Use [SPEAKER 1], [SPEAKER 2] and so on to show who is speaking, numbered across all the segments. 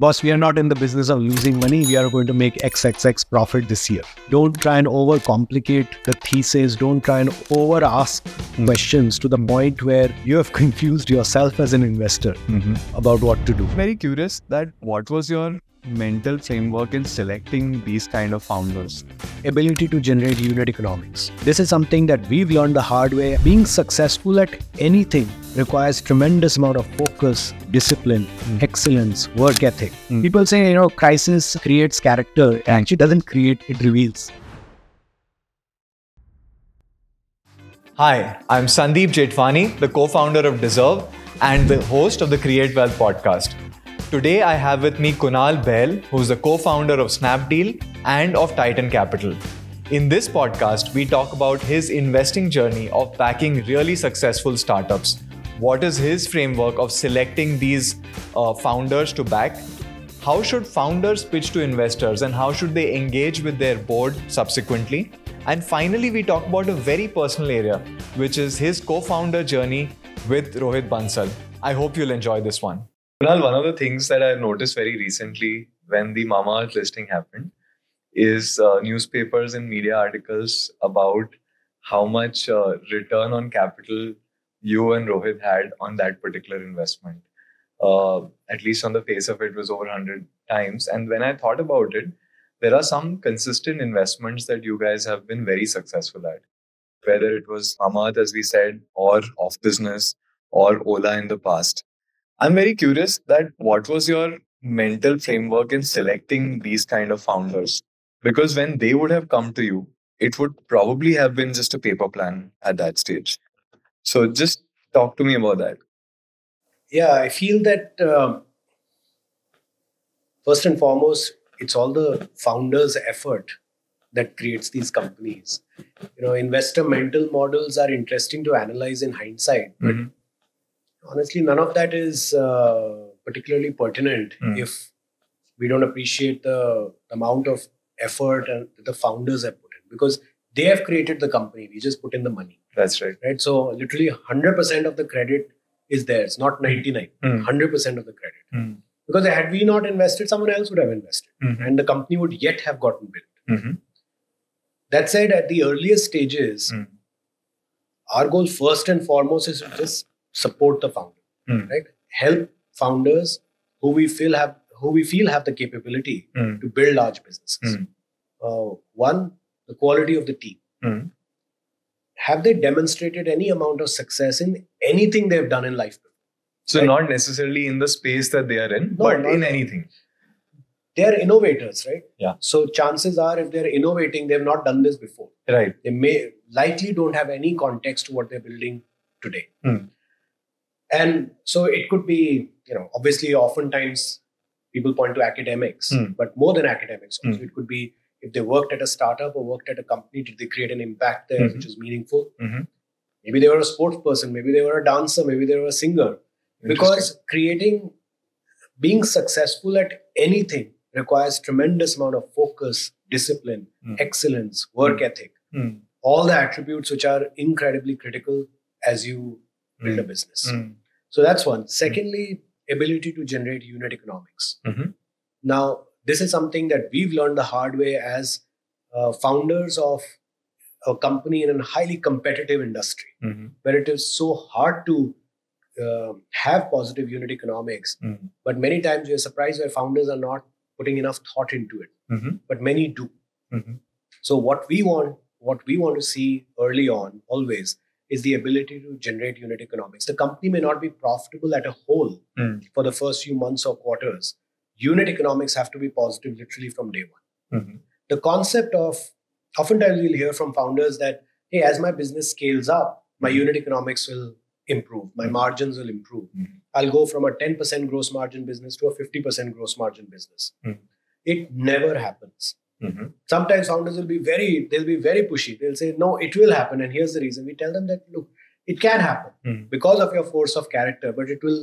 [SPEAKER 1] boss, we are not in the business of losing money. We are going to make XXX profit this year. Don't try and overcomplicate the thesis. Don't try and over ask questions to the point where you have confused yourself as an investor about what to do.
[SPEAKER 2] Very curious that what was your mental framework in selecting these kind of founders?
[SPEAKER 1] ability to generate unit economics. This is something that we've learned the hard way. Being successful at anything requires tremendous amount of focus, discipline, excellence, work ethic. People say, you know, crisis creates character. It actually doesn't create, it reveals.
[SPEAKER 3] Hi, I'm Sandeep Jetwani, the co founder of Deserve and the host of the Create Wealth podcast. Today, I have with me Kunal Bell, who's the co founder of Snapdeal and of Titan Capital. In this podcast, we talk about his investing journey of backing really successful startups. What is his framework of selecting these uh, founders to back? How should founders pitch to investors and how should they engage with their board subsequently? And finally, we talk about a very personal area, which is his co founder journey with Rohit Bansal. I hope you'll enjoy this one.
[SPEAKER 2] Kunal, one of the things that I noticed very recently when the Mamaearth listing happened is uh, newspapers and media articles about how much uh, return on capital you and Rohit had on that particular investment. Uh, at least on the face of it, was over 100 times. And when I thought about it, there are some consistent investments that you guys have been very successful at. Whether it was Mamaearth, as we said, or Off Business, or Ola in the past. I'm very curious that what was your mental framework in selecting these kind of founders? Because when they would have come to you, it would probably have been just a paper plan at that stage. So just talk to me about that.
[SPEAKER 4] Yeah, I feel that um, first and foremost, it's all the founders' effort that creates these companies. You know, investor mental models are interesting to analyze in hindsight, but
[SPEAKER 2] Mhm.
[SPEAKER 4] honestly, none of that is uh, particularly pertinent
[SPEAKER 2] Mm.
[SPEAKER 4] if we don't appreciate the amount of effort and that the founders have put in because they have created the company. We just put in the money,
[SPEAKER 2] That's right.
[SPEAKER 4] right? So literally, hundred percent of the credit is theirs, not ninety nine.
[SPEAKER 2] Mm.
[SPEAKER 4] Hundred percent of the credit.
[SPEAKER 2] Mm.
[SPEAKER 4] Because had we not invested, someone else would have invested,
[SPEAKER 2] Mhm.
[SPEAKER 4] and the company would yet have gotten built.
[SPEAKER 2] Mhm.
[SPEAKER 4] That said, at the earliest stages,
[SPEAKER 2] Mm.
[SPEAKER 4] our goal first and foremost is to just support the founder,
[SPEAKER 2] Mm.
[SPEAKER 4] right? Help founders who we feel have who we feel have the capability
[SPEAKER 2] Mm.
[SPEAKER 4] to build large businesses.
[SPEAKER 2] Mm.
[SPEAKER 4] Uh, one, the quality of the team.
[SPEAKER 2] Mm.
[SPEAKER 4] Have they demonstrated any amount of success in anything they've done in life?
[SPEAKER 2] So
[SPEAKER 4] Right.
[SPEAKER 2] not necessarily in the space that they are in,
[SPEAKER 4] No,
[SPEAKER 2] but
[SPEAKER 4] not-
[SPEAKER 2] in anything.
[SPEAKER 4] They're innovators, right?
[SPEAKER 2] Yeah.
[SPEAKER 4] So chances are, if they're innovating, they've not done this before.
[SPEAKER 2] Right.
[SPEAKER 4] they may likely don't have any context to what they're building today
[SPEAKER 2] Hmm.
[SPEAKER 4] and so it could be you know obviously oftentimes people point to academics
[SPEAKER 2] Hmm.
[SPEAKER 4] but more than academics also
[SPEAKER 2] Hmm.
[SPEAKER 4] it could be if they worked at a startup or worked at a company did they create an impact there
[SPEAKER 2] Mhm.
[SPEAKER 4] which is meaningful
[SPEAKER 2] Mhm.
[SPEAKER 4] maybe they were a sports person maybe they were a dancer maybe they were a singer because creating being successful at anything requires tremendous amount of focus discipline
[SPEAKER 2] Hmm.
[SPEAKER 4] excellence work ethic
[SPEAKER 2] Interesting.
[SPEAKER 4] all the attributes which are incredibly critical as you
[SPEAKER 2] Mm.
[SPEAKER 4] build a
[SPEAKER 2] Mm.
[SPEAKER 4] business
[SPEAKER 2] Mm.
[SPEAKER 4] so that's one secondly ability to generate unit economics
[SPEAKER 2] Mhm.
[SPEAKER 4] now this is something that we've learned the hard way as uh, founders of a company in a highly competitive industry
[SPEAKER 2] Mhm.
[SPEAKER 4] where it is so hard to uh, have positive unit economics
[SPEAKER 2] Mm.
[SPEAKER 4] but many times you're surprised where founders are not putting enough thought into it
[SPEAKER 2] Mhm.
[SPEAKER 4] but many do
[SPEAKER 2] Mhm.
[SPEAKER 4] so what we want, what we want to see early on, always, is the ability to generate unit economics. The company may not be profitable at a whole
[SPEAKER 2] Mm.
[SPEAKER 4] for the first few months or quarters. Unit economics have to be positive literally from day one.
[SPEAKER 2] Mhm.
[SPEAKER 4] The concept of oftentimes we'll hear from founders that, hey, as my business scales up, my unit economics will improve, my
[SPEAKER 2] Mm.
[SPEAKER 4] margins will improve.
[SPEAKER 2] Mm.
[SPEAKER 4] I'll go from a 10% gross margin business to a 50% gross margin business.
[SPEAKER 2] Mm.
[SPEAKER 4] It never happens
[SPEAKER 2] Mhm.
[SPEAKER 4] sometimes founders will be very they'll be very pushy they'll say no it will happen and here's the reason we tell them that look it can happen
[SPEAKER 2] Mhm.
[SPEAKER 4] because of your force of character but it will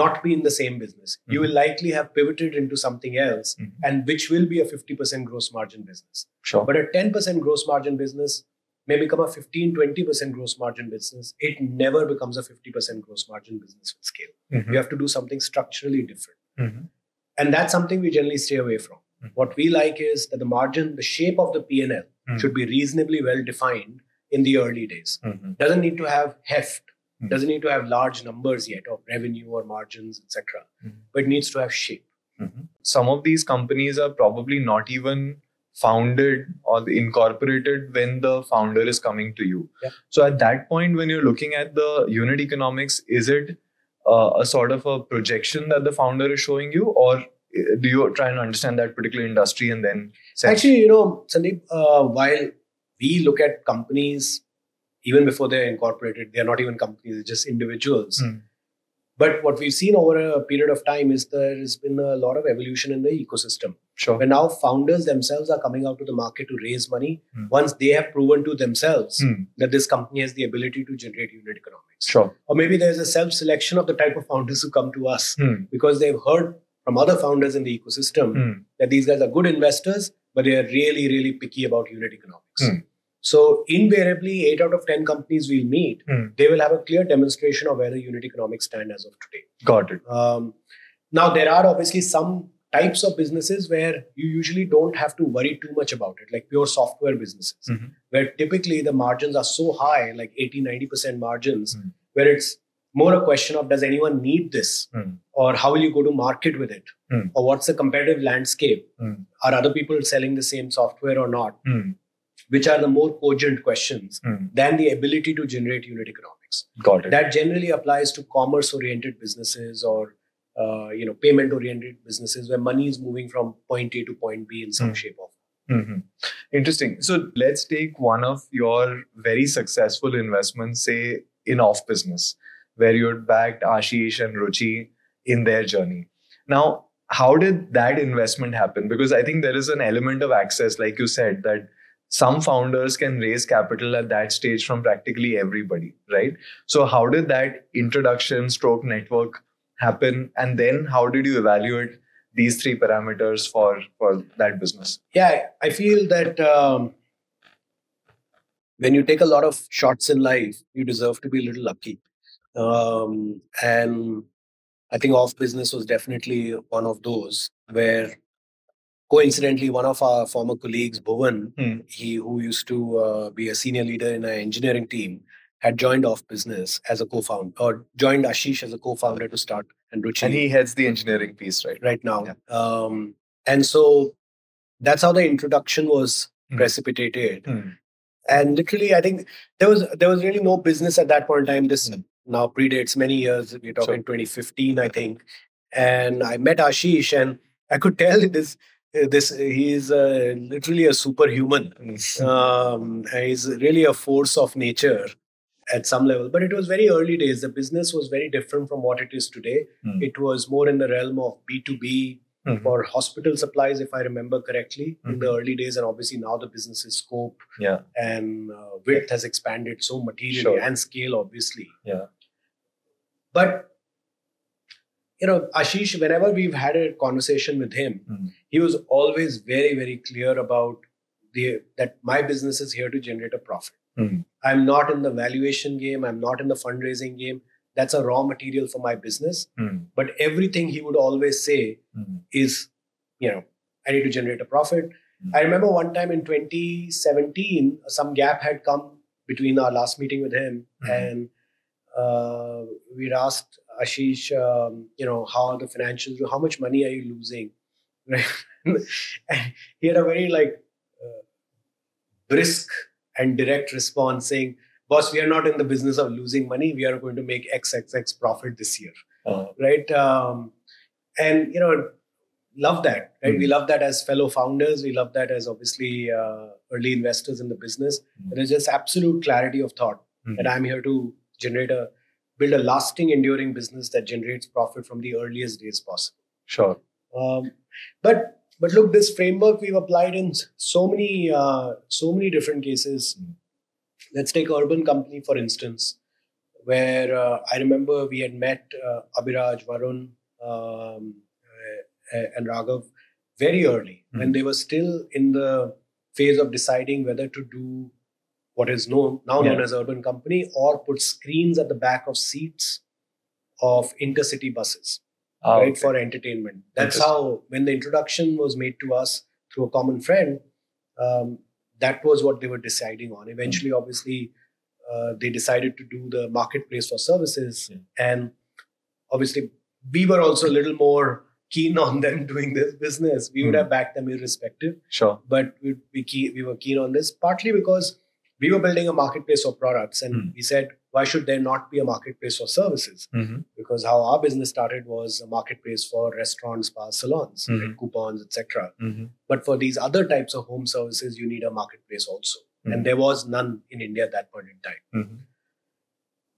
[SPEAKER 4] not be in the same business you will likely have pivoted into something else
[SPEAKER 2] Mhm.
[SPEAKER 4] and which will be a 50% gross margin business
[SPEAKER 2] Sure.
[SPEAKER 4] but a 10% gross margin business may become a 15 20% gross margin business it never becomes a 50% gross margin business with scale
[SPEAKER 2] Mhm.
[SPEAKER 4] you have to do something structurally different
[SPEAKER 2] Mhm.
[SPEAKER 4] and that's something we generally stay away from
[SPEAKER 2] Hmm.
[SPEAKER 4] what we like is that the margin the shape of the p&l
[SPEAKER 2] Hmm.
[SPEAKER 4] should be reasonably well defined in the early days
[SPEAKER 2] Mhm.
[SPEAKER 4] doesn't need to have heft
[SPEAKER 2] Hmm.
[SPEAKER 4] doesn't need to have large numbers yet of revenue or margins etc
[SPEAKER 2] Hmm.
[SPEAKER 4] but it needs to have shape
[SPEAKER 2] Mhm. Some of these companies are probably not even founded or incorporated when the founder is coming to you.
[SPEAKER 4] Yeah.
[SPEAKER 2] So at that point, when you're looking at the unit economics, is it uh, a sort of a projection that the founder is showing you, or uh, do you try and understand that particular industry and then sense?
[SPEAKER 4] actually you know sandeep uh, while we look at companies even before they're incorporated they're not even companies they're just individuals
[SPEAKER 2] Hmm.
[SPEAKER 4] but what we've seen over a period of time is there has been a lot of evolution in the ecosystem
[SPEAKER 2] sure.
[SPEAKER 4] where now founders themselves are coming out to the market to raise money
[SPEAKER 2] Hmm.
[SPEAKER 4] once they have proven to themselves
[SPEAKER 2] Hmm.
[SPEAKER 4] that this company has the ability to generate unit economics.
[SPEAKER 2] Sure.
[SPEAKER 4] Or maybe there's a self selection of the type of founders who come to us
[SPEAKER 2] Hmm.
[SPEAKER 4] because they've heard from other founders in the ecosystem
[SPEAKER 2] Hmm.
[SPEAKER 4] that these guys are good investors, but they are really, really picky about unit economics.
[SPEAKER 2] Hmm.
[SPEAKER 4] So, invariably, eight out of 10 companies we'll meet,
[SPEAKER 2] Hmm.
[SPEAKER 4] they will have a clear demonstration of where the unit economics stand as of today.
[SPEAKER 2] Got it.
[SPEAKER 4] Um, now, there are obviously some types of businesses where you usually don't have to worry too much about it, like pure software businesses,
[SPEAKER 2] Mhm.
[SPEAKER 4] where typically the margins are so high, like 80, 90% margins,
[SPEAKER 2] Mhm.
[SPEAKER 4] where it's more a question of does anyone need this?
[SPEAKER 2] Mhm.
[SPEAKER 4] Or how will you go to market with it?
[SPEAKER 2] Mhm.
[SPEAKER 4] Or what's the competitive landscape?
[SPEAKER 2] Mhm.
[SPEAKER 4] Are other people selling the same software or not?
[SPEAKER 2] Hmm.
[SPEAKER 4] Which are the more cogent questions
[SPEAKER 2] Hmm.
[SPEAKER 4] than the ability to generate unit economics
[SPEAKER 2] Got it.
[SPEAKER 4] that generally applies to commerce oriented businesses or uh, you know payment oriented businesses where money is moving from point a to point b in some
[SPEAKER 2] Hmm.
[SPEAKER 4] shape or
[SPEAKER 2] Mhm. Interesting. So let's take one of your very successful investments, say in off business, where you had backed Ashish and Ruchi in their journey. Now, how did that investment happen? Because I think there is an element of access, like you said, that some founders can raise capital at that stage from practically everybody, right? So, how did that introduction stroke network happen? And then, how did you evaluate these three parameters for, for that business?
[SPEAKER 4] yeah i feel that um, when you take a lot of shots in life you deserve to be a little lucky um, and i think off business was definitely one of those where coincidentally one of our former colleagues bhuvan
[SPEAKER 2] Hmm.
[SPEAKER 4] he who used to uh, be a senior leader in our engineering team had joined off business as a co-founder or joined ashish as a co-founder to start and ruchi
[SPEAKER 2] And he heads the engineering piece, right?
[SPEAKER 4] right now. Um, and so that's how the introduction was
[SPEAKER 2] Hmm.
[SPEAKER 4] precipitated.
[SPEAKER 2] Hmm.
[SPEAKER 4] And literally, I think there was there was really no business at that point in time. This
[SPEAKER 2] Hmm.
[SPEAKER 4] now predates many years. We're talking 2015, I think. And I met Ashish, and I could tell this this he is uh, literally a superhuman.
[SPEAKER 2] Hmm. uh,
[SPEAKER 4] Um, he's really a force of nature at some level. But it was very early days. The business was very different from what it is today.
[SPEAKER 2] Hmm.
[SPEAKER 4] It was more in the realm of B2B for hospital supplies, if I remember correctly, in the early days. And obviously now the business's scope
[SPEAKER 2] Yeah.
[SPEAKER 4] and uh, width has expanded so materially
[SPEAKER 2] Sure.
[SPEAKER 4] and scale, obviously.
[SPEAKER 2] Yeah.
[SPEAKER 4] But you know, Ashish, whenever we've had a conversation with him,
[SPEAKER 2] Hmm.
[SPEAKER 4] he was always very, very clear about the that my business is here to generate a profit.
[SPEAKER 2] Hmm.
[SPEAKER 4] I'm not in the valuation game. I'm not in the fundraising game. That's a raw material for my business.
[SPEAKER 2] Hmm.
[SPEAKER 4] But everything he would always say
[SPEAKER 2] Hmm.
[SPEAKER 4] is, you know, I need to generate a profit.
[SPEAKER 2] Hmm.
[SPEAKER 4] I remember one time in 2017, some gap had come between our last meeting with him
[SPEAKER 2] Hmm.
[SPEAKER 4] and uh, we'd asked Ashish, um, you know, how are the financials? How much money are you losing? Right? And he had a very like uh, brisk and direct response saying, "Boss, we are not in the business of losing money. We are going to make XXX profit this year."
[SPEAKER 2] Uh,
[SPEAKER 4] right? Um, and you know, love that. Right? We love that as fellow founders. We love that as obviously uh, early investors in the business.
[SPEAKER 2] Mm.
[SPEAKER 4] There's just absolute clarity of thought
[SPEAKER 2] Mm.
[SPEAKER 4] that I'm here to generate a build a lasting, enduring business that generates profit from the earliest days possible.
[SPEAKER 2] sure.
[SPEAKER 4] Um, but but look, this framework we've applied in so many uh, so many different cases.
[SPEAKER 2] Mm.
[SPEAKER 4] Let's take Urban Company for instance, where uh, I remember we had met uh, Abhiraj, Varun, um, uh, and Raghav very early
[SPEAKER 2] Mm.
[SPEAKER 4] when they were still in the phase of deciding whether to do what is known now known
[SPEAKER 2] Yeah.
[SPEAKER 4] as Urban Company or put screens at the back of seats of intercity buses
[SPEAKER 2] Ah,
[SPEAKER 4] right
[SPEAKER 2] okay.
[SPEAKER 4] for entertainment that's
[SPEAKER 2] Interesting.
[SPEAKER 4] how when the introduction was made to us through a common friend um, that was what they were deciding on eventually
[SPEAKER 2] Hmm.
[SPEAKER 4] obviously uh, they decided to do the marketplace for services
[SPEAKER 2] Hmm.
[SPEAKER 3] Yeah.
[SPEAKER 4] and obviously we were also a little more keen on them doing this business we would
[SPEAKER 2] Hmm.
[SPEAKER 4] have backed them irrespective
[SPEAKER 2] Sure.
[SPEAKER 4] but we, we, key, we were keen on this partly because we were building a marketplace for products and
[SPEAKER 2] Hmm.
[SPEAKER 4] we said why should there not be a marketplace for services
[SPEAKER 2] hmm
[SPEAKER 4] because how our business started was a marketplace for restaurants, bars, salons,
[SPEAKER 2] Mhm.
[SPEAKER 4] right, coupons, etc.
[SPEAKER 2] hmm
[SPEAKER 4] But for these other types of home services, you need a marketplace also,
[SPEAKER 2] Mhm.
[SPEAKER 4] and there was none in India at that point in time.
[SPEAKER 2] hmm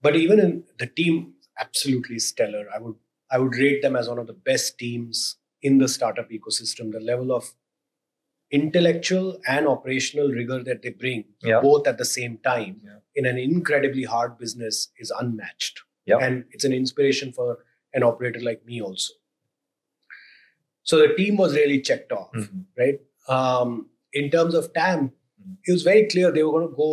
[SPEAKER 4] But even in the team, absolutely stellar. I would I would rate them as one of the best teams in the startup ecosystem. The level of intellectual and operational rigor that they bring,
[SPEAKER 2] Yeah. Mm-hmm.
[SPEAKER 4] both at the same time,
[SPEAKER 2] Yeah.
[SPEAKER 4] in an incredibly hard business, is unmatched.
[SPEAKER 2] Yeah.
[SPEAKER 4] And it's an inspiration for an operator like me also. So the team was really checked off
[SPEAKER 2] hmm
[SPEAKER 4] right? Um, in terms of TAM,
[SPEAKER 2] Mm.
[SPEAKER 4] it was very clear they were going to go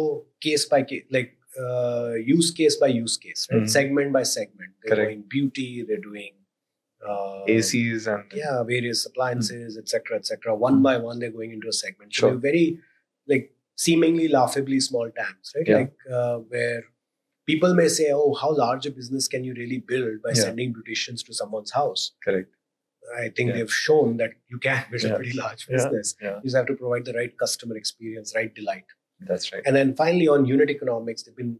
[SPEAKER 4] case by case, like uh, use case by use case, right?
[SPEAKER 2] Mm.
[SPEAKER 4] Segment by segment. They're
[SPEAKER 2] Correct.
[SPEAKER 4] doing beauty, they're doing uh,
[SPEAKER 2] ACs and
[SPEAKER 4] yeah, various appliances, etc., etc. One
[SPEAKER 2] Mm.
[SPEAKER 4] by one, they're going into a segment. So
[SPEAKER 2] Sure.
[SPEAKER 4] they're very, like, seemingly laughably small TAMs, right?
[SPEAKER 2] Yeah.
[SPEAKER 4] Like, uh, where people may say, oh, how large a business can you really build by
[SPEAKER 2] Yeah.
[SPEAKER 4] sending beauticians to someone's house?
[SPEAKER 2] Correct.
[SPEAKER 4] I think
[SPEAKER 2] Yeah.
[SPEAKER 4] they've shown that you can build
[SPEAKER 2] Yeah.
[SPEAKER 4] a pretty large
[SPEAKER 2] Yeah.
[SPEAKER 4] business.
[SPEAKER 2] Yeah.
[SPEAKER 4] You just have to provide the right customer experience, right delight.
[SPEAKER 2] That's right.
[SPEAKER 4] And then finally, on unit economics, they've been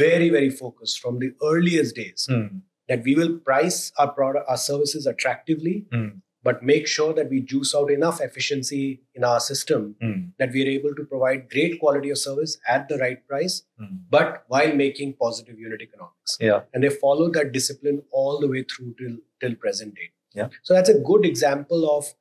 [SPEAKER 4] very, very focused from the earliest days
[SPEAKER 2] Mm.
[SPEAKER 4] that we will price our product, our services attractively,
[SPEAKER 2] Mm.
[SPEAKER 4] but make sure that we juice out enough efficiency in our system
[SPEAKER 2] Mm.
[SPEAKER 4] that we are able to provide great quality of service at the right price,
[SPEAKER 2] Mm.
[SPEAKER 4] but while making positive unit economics
[SPEAKER 2] Yeah.
[SPEAKER 4] and they follow that discipline all the way through till till present date.
[SPEAKER 2] Yeah.
[SPEAKER 4] So that's a good example of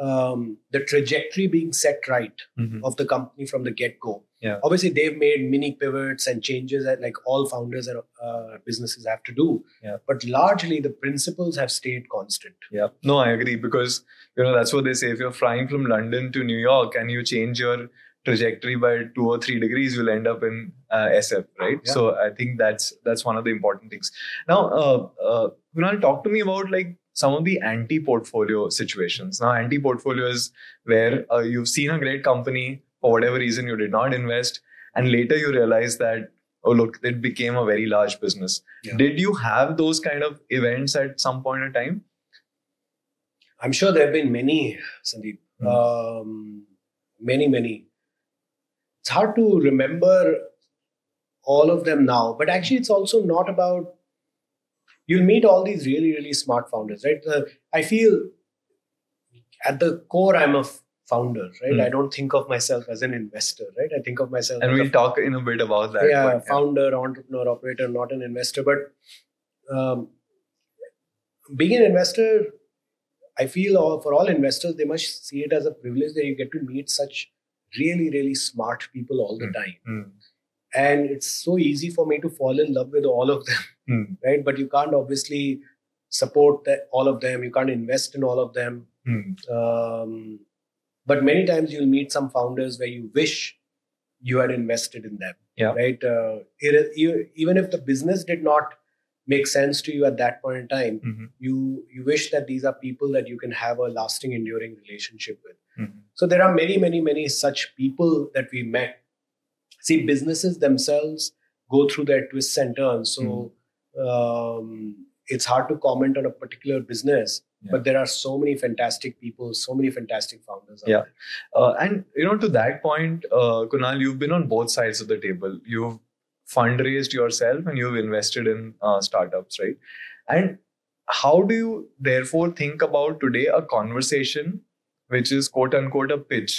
[SPEAKER 4] um, the trajectory being set right
[SPEAKER 2] Mhm.
[SPEAKER 4] of the company from the get go.
[SPEAKER 2] Yeah.
[SPEAKER 4] Obviously, they've made mini pivots and changes that like all founders and uh, businesses have to do.
[SPEAKER 2] Yeah.
[SPEAKER 4] But largely, the principles have stayed constant.
[SPEAKER 2] Yeah. No, I agree because you know that's what they say. If you're flying from London to New York and you change your trajectory by two or three degrees, you'll end up in uh, SF, right?
[SPEAKER 4] Yeah.
[SPEAKER 2] So I think that's that's one of the important things. Now, uh, uh, Kunal, talk to me about like some of the anti-portfolio situations. Now, anti-portfolio is where uh, you've seen a great company for whatever reason you did not invest, and later you realize that oh look, it became a very large business.
[SPEAKER 4] Yeah.
[SPEAKER 2] Did you have those kind of events at some point in time?
[SPEAKER 4] I'm sure there have been many, Sandeep.
[SPEAKER 2] Hmm.
[SPEAKER 4] Um, many, many. It's hard to remember all of them now, but actually, it's also not about. You'll meet all these really, really smart founders, right? The- I feel at the core, I'm a f- founder, right?
[SPEAKER 2] Hmm.
[SPEAKER 4] I don't think of myself as an investor, right? I think of myself
[SPEAKER 2] and
[SPEAKER 4] as a
[SPEAKER 2] we'll talk in a bit about that.
[SPEAKER 4] yeah,
[SPEAKER 2] but,
[SPEAKER 4] founder, entrepreneur, operator, not an investor. But um, being an investor, I feel all, for all investors, they must see it as a privilege that you get to meet such really, really smart people all the time.
[SPEAKER 2] Mm,
[SPEAKER 4] And it's so easy for me to fall in love with all of them,
[SPEAKER 2] mm,
[SPEAKER 4] right? But you can't obviously support the, all of them, you can't invest in all of them.
[SPEAKER 2] mm,
[SPEAKER 4] Um, but many times you'll meet some founders where you wish you had invested in them.
[SPEAKER 2] Yeah.
[SPEAKER 4] Right. Uh, ir- e- even if the business did not make sense to you at that point in time,
[SPEAKER 2] mhm,
[SPEAKER 4] you you wish that these are people that you can have a lasting, enduring relationship with.
[SPEAKER 2] mhm,
[SPEAKER 4] So there are many, many, many such people that we met. See, businesses themselves go through their twists and turns. So
[SPEAKER 2] Hmm.
[SPEAKER 4] um, it's hard to comment on a particular business,
[SPEAKER 2] Yeah.
[SPEAKER 4] but there are so many fantastic people, so many fantastic founders. out
[SPEAKER 2] Yeah.
[SPEAKER 4] there.
[SPEAKER 2] Uh, and you know, to that point, uh, Kunal, you've been on both sides of the table. You've fundraised yourself, and you've invested in uh, startups, right? And how do you therefore think about today a conversation, which is quote unquote a pitch,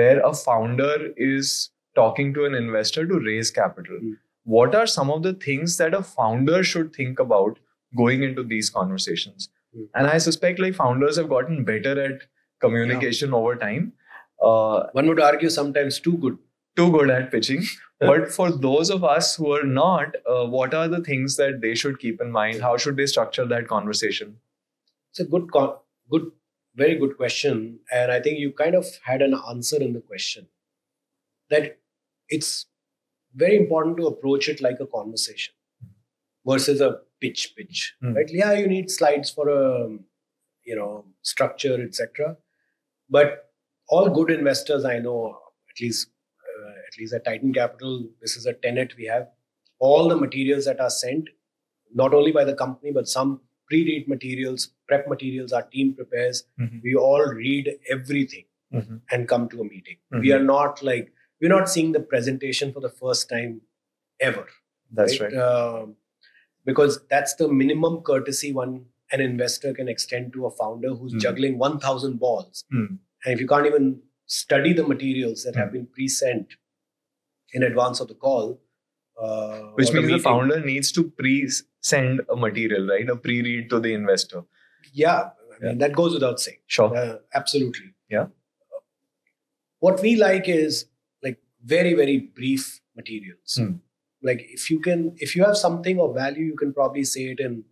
[SPEAKER 2] where a founder is talking to an investor to raise capital?
[SPEAKER 4] Mm.
[SPEAKER 2] What are some of the things that a founder should think about going into these conversations?
[SPEAKER 4] Mm.
[SPEAKER 2] And I suspect like founders have gotten better at communication over time. Uh,
[SPEAKER 4] One would argue sometimes too good.
[SPEAKER 2] too good at pitching. But for those of us who are not, uh, what are the things that they should keep in mind? How should they structure that conversation?
[SPEAKER 4] It's a good, co- good, very good question, and I think you kind of had an answer in the question that it's very important to approach it like a conversation versus a pitch pitch.
[SPEAKER 2] Hmm.
[SPEAKER 4] Right? Yeah, you need slides for a you know structure, etc. But all good investors I know, at least uh, at least at Titan Capital, this is a tenet we have. All the materials that are sent, not only by the company but some pre-read materials, prep materials, our team prepares.
[SPEAKER 2] Mhm.
[SPEAKER 4] We all read everything
[SPEAKER 2] Mhm.
[SPEAKER 4] and come to a meeting.
[SPEAKER 2] Mm-hmm.
[SPEAKER 4] We are not like we're not seeing the presentation for the first time ever.
[SPEAKER 2] That's right.
[SPEAKER 4] Um, because that's the minimum courtesy one an investor can extend to a founder who's
[SPEAKER 2] Mm.
[SPEAKER 4] juggling 1,000 balls.
[SPEAKER 2] Mm.
[SPEAKER 4] And if you can't even study the materials that
[SPEAKER 2] Mm-hmm.
[SPEAKER 4] have been pre sent in advance of the call, uh,
[SPEAKER 2] Which
[SPEAKER 4] or
[SPEAKER 2] means the
[SPEAKER 4] meeting-
[SPEAKER 2] founder needs to pre send a material, right? A pre read to the investor.
[SPEAKER 4] Yeah, I mean, that goes without saying.
[SPEAKER 2] Sure.
[SPEAKER 4] Uh, absolutely.
[SPEAKER 2] Yeah.
[SPEAKER 4] What we like is like very very brief materials.
[SPEAKER 2] Hmm.
[SPEAKER 4] Like if you can if you have something of value, you can probably say it in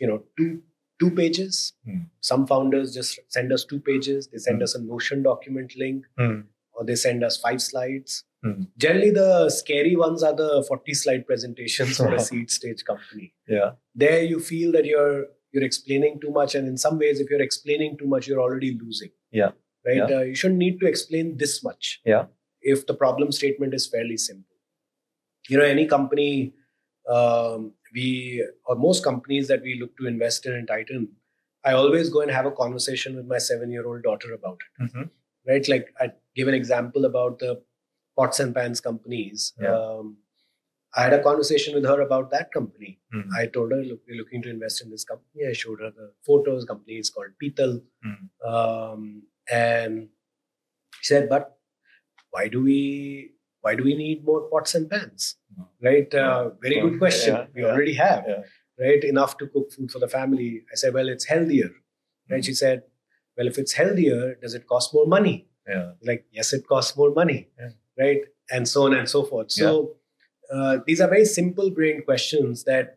[SPEAKER 4] you know two two pages.
[SPEAKER 2] Hmm.
[SPEAKER 4] Some founders just send us two pages. They send
[SPEAKER 2] Hmm.
[SPEAKER 4] us a Notion document link,
[SPEAKER 2] Hmm.
[SPEAKER 4] or they send us five slides.
[SPEAKER 2] Hmm.
[SPEAKER 4] Generally, the scary ones are the forty slide presentations for a seed stage company
[SPEAKER 2] Yeah.
[SPEAKER 4] there you feel that you're you're explaining too much and in some ways if you're explaining too much you're already losing
[SPEAKER 2] Yeah.
[SPEAKER 4] right
[SPEAKER 2] Yeah.
[SPEAKER 4] Uh, you shouldn't need to explain this much
[SPEAKER 2] Yeah.
[SPEAKER 4] if the problem statement is fairly simple you know any company um, we or most companies that we look to invest in in titan i always go and have a conversation with my seven year old daughter about it
[SPEAKER 2] Mhm.
[SPEAKER 4] right like i give an example about the pots and pans companies
[SPEAKER 2] Yeah.
[SPEAKER 4] um, i had a conversation with her about that company
[SPEAKER 2] Mhm.
[SPEAKER 4] I told her, look, we're looking to invest in this company. I showed her the photos. Company is called Petal,
[SPEAKER 2] Mhm.
[SPEAKER 4] um, and she said, but why do we why do we need more pots and pans?
[SPEAKER 2] Mhm.
[SPEAKER 4] Right? Uh, very
[SPEAKER 2] Yeah.
[SPEAKER 4] good question.
[SPEAKER 2] Hmm. Yeah.
[SPEAKER 4] we
[SPEAKER 2] Yeah.
[SPEAKER 4] already have
[SPEAKER 2] Yeah.
[SPEAKER 4] right enough to cook food for the family. I said, well, it's healthier.
[SPEAKER 2] Hmm.
[SPEAKER 4] Right? She said, well, if it's healthier, does it cost more money?
[SPEAKER 2] Yeah.
[SPEAKER 4] like yes it costs more money
[SPEAKER 2] Yeah.
[SPEAKER 4] right and so on and so forth so uh, these are very simple brain questions that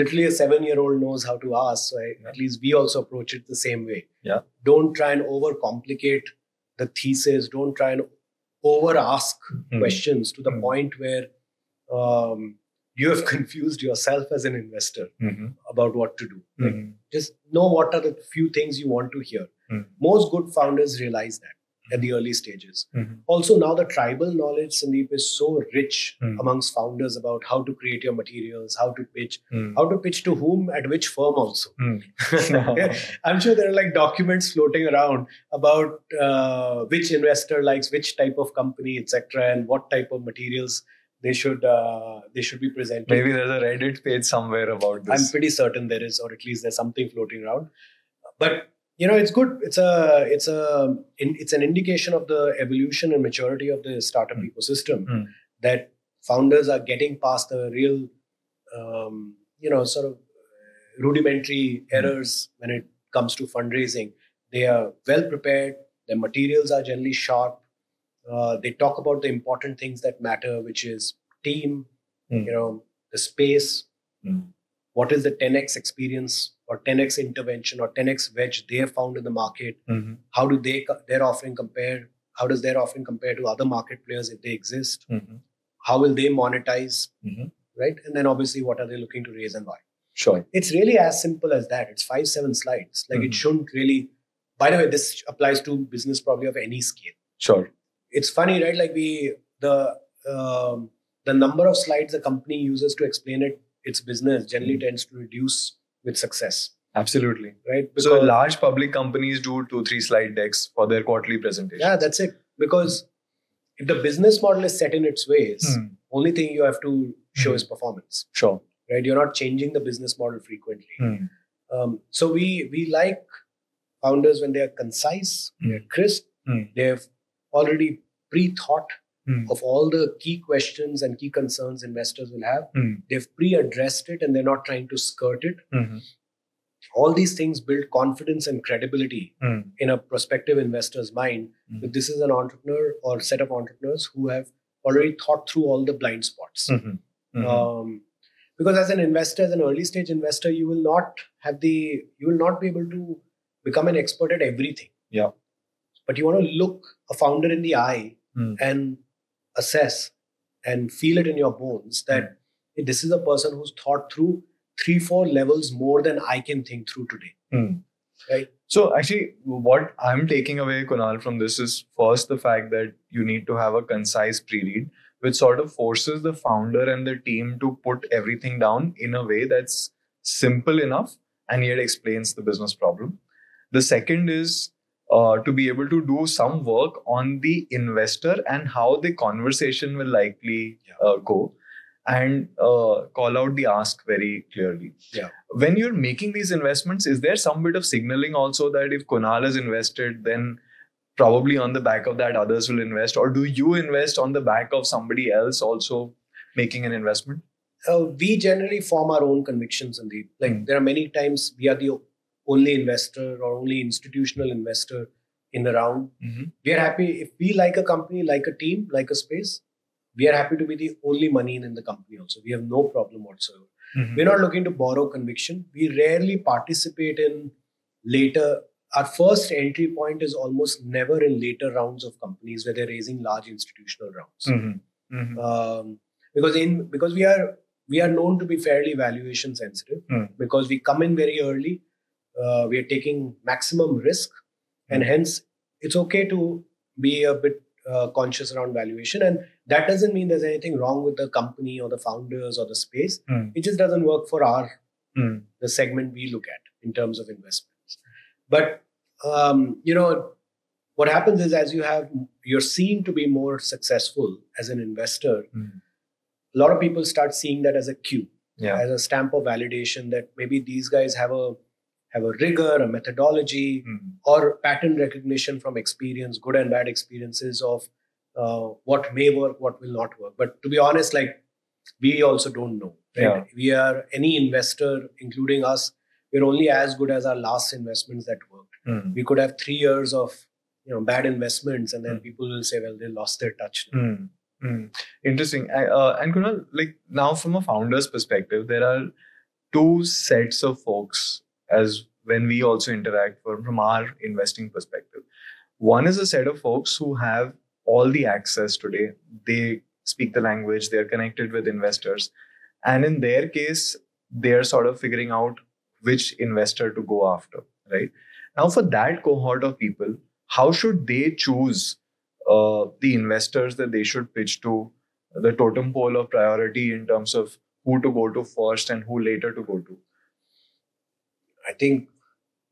[SPEAKER 4] literally a seven year old knows how to ask so I,
[SPEAKER 2] Yeah.
[SPEAKER 4] at least we also approach it the same way
[SPEAKER 2] Yeah.
[SPEAKER 4] don't try and overcomplicate the thesis don't try and over ask
[SPEAKER 2] Mhm.
[SPEAKER 4] questions to the
[SPEAKER 2] Mhm.
[SPEAKER 4] point where um, you have confused yourself as an investor
[SPEAKER 2] Mhm.
[SPEAKER 4] about what to do Like,
[SPEAKER 2] Mhm.
[SPEAKER 4] just know what are the few things you want to hear
[SPEAKER 2] Mm.
[SPEAKER 4] most good founders realize that at the early stages
[SPEAKER 2] Mhm.
[SPEAKER 4] also now the tribal knowledge sandeep is so rich
[SPEAKER 2] Mm.
[SPEAKER 4] amongst founders about how to create your materials how to pitch
[SPEAKER 2] Mhm.
[SPEAKER 4] how to pitch to whom at which firm also
[SPEAKER 2] Hmm. Mhm.
[SPEAKER 4] i'm sure there are like documents floating around about uh, which investor likes which type of company etc and what type of materials they should uh, they should be presented
[SPEAKER 2] Maybe there's a Reddit page somewhere about
[SPEAKER 4] I'm
[SPEAKER 2] this.
[SPEAKER 4] pretty certain there is, or at least there's something floating around. But you know, it's good. It's a it's a in, it's an indication of the evolution and maturity of the startup
[SPEAKER 2] Mm.
[SPEAKER 4] ecosystem
[SPEAKER 2] Mm.
[SPEAKER 4] that founders are getting past the real, um, you know, sort of rudimentary errors when it comes to fundraising. They are well prepared. Their materials are generally sharp. Uh, they talk about the important things that matter, which is team,
[SPEAKER 2] Mm.
[SPEAKER 4] you know, the space,
[SPEAKER 2] Mhm.
[SPEAKER 4] what is the 10x experience or 10x intervention or 10x wedge they have found in the market
[SPEAKER 2] Mhm.
[SPEAKER 4] how do they co- their offering compare how does their offering compare to other market players if they exist
[SPEAKER 2] Mhm.
[SPEAKER 4] how will they monetize
[SPEAKER 2] Mhm.
[SPEAKER 4] right and then obviously what are they looking to raise and why
[SPEAKER 2] Sure.
[SPEAKER 4] it's really as simple as that it's five seven slides like it
[SPEAKER 2] Mhm.
[SPEAKER 4] shouldn't really by the way this applies to business probably of any scale
[SPEAKER 2] Sure.
[SPEAKER 4] it's funny, right? Like we the um, the number of slides the company uses to explain it its business generally tends to reduce with success,
[SPEAKER 2] Absolutely.
[SPEAKER 4] right?
[SPEAKER 2] so large public companies do two, three slide decks for their quarterly presentation.
[SPEAKER 4] yeah, that's it. Because if the business model is set in its ways,
[SPEAKER 2] Mhm.
[SPEAKER 4] only thing you have to show
[SPEAKER 2] Hmm.
[SPEAKER 4] is performance,
[SPEAKER 2] Sure.
[SPEAKER 4] right? You're not changing the business model frequently.
[SPEAKER 2] Mhm.
[SPEAKER 4] Um, so we we like founders when they are concise, they're crisp,
[SPEAKER 2] Hmm.
[SPEAKER 4] they've already pre-thought
[SPEAKER 2] Mhm.
[SPEAKER 4] of all the key questions and key concerns investors will have.
[SPEAKER 2] Mhm.
[SPEAKER 4] They've pre addressed it and they're not trying to skirt it.
[SPEAKER 2] Mhm.
[SPEAKER 4] All these things build confidence and credibility
[SPEAKER 2] Mhm.
[SPEAKER 4] in a prospective investor's mind
[SPEAKER 2] Mhm.
[SPEAKER 4] that this is an entrepreneur or set of entrepreneurs who have already thought through all the blind spots.
[SPEAKER 2] Mhm. Mhm.
[SPEAKER 4] Um, because as an investor, as an early stage investor, you will not have the, you will not be able to become an expert at everything.
[SPEAKER 2] Yeah.
[SPEAKER 4] But you want to look a founder in the eye
[SPEAKER 2] Mm.
[SPEAKER 4] and assess and feel it in your bones that "Hey, this is a person who's thought through three, four levels more than I can think through today.
[SPEAKER 2] Mm.
[SPEAKER 4] Right.
[SPEAKER 2] So actually, what I'm taking away, Kunal, from this is first the fact that you need to have a concise pre-read, which sort of forces the founder and the team to put everything down in a way that's simple enough and yet explains the business problem. The second is uh, to be able to do some work on the investor and how the conversation will likely uh, go and uh, call out the ask very clearly.
[SPEAKER 4] Yeah.
[SPEAKER 2] When you're making these investments, is there some bit of signaling also that if Kunal has invested, then probably on the back of that others will invest? Or do you invest on the back of somebody else also making an investment?
[SPEAKER 4] uh, we generally form our own convictions in the like there are many times we are the o- only investor or only institutional investor in the round
[SPEAKER 2] Mhm.
[SPEAKER 4] we are happy if we like a company like a team like a space we are happy to be the only money in the company also we have no problem whatsoever
[SPEAKER 2] Mm-hmm.
[SPEAKER 4] we're not looking to borrow conviction we rarely participate in later our first entry point is almost never in later rounds of companies where they're raising large institutional rounds
[SPEAKER 2] Mhm. Mhm.
[SPEAKER 4] um, because in because we are we are known to be fairly valuation sensitive
[SPEAKER 2] Hmm.
[SPEAKER 4] because we come in very early uh, we are taking maximum risk and hence it's okay to be a bit uh, conscious around valuation and that doesn't mean there's anything wrong with the company or the founders or the space
[SPEAKER 2] Hmm.
[SPEAKER 4] it just doesn't work for our
[SPEAKER 2] Mhm.
[SPEAKER 4] the segment we look at in terms of investments. But um, you know, what happens is as you have you're seen to be more successful as an investor,
[SPEAKER 2] Mhm.
[SPEAKER 4] a lot of people start seeing that as a cue,
[SPEAKER 2] Yeah.
[SPEAKER 4] as a stamp of validation that maybe these guys have a have a rigor, a methodology,
[SPEAKER 2] Mhm.
[SPEAKER 4] or pattern recognition from experience, good and bad experiences of uh, what may work, what will not work. But to be honest, like we also don't know. Right?
[SPEAKER 2] Yeah.
[SPEAKER 4] We are any investor, including us, we're only as good as our last investments that worked.
[SPEAKER 2] Mhm.
[SPEAKER 4] We could have three years of you know bad investments, and then
[SPEAKER 2] Mm.
[SPEAKER 4] people will say, well, they lost their touch.
[SPEAKER 2] Mm, mm. Interesting. I, uh, and Kunal, like now from a founder's perspective, there are two sets of folks as when we also interact from, from our investing perspective. One is a set of folks who have all the access today. They speak the language, they're connected with investors. And in their case, they're sort of figuring out which investor to go after, right? Now, for that cohort of people, how should they choose uh, the investors that they should pitch to, the totem pole of priority in terms of who to go to first and who later to go to?
[SPEAKER 4] I think,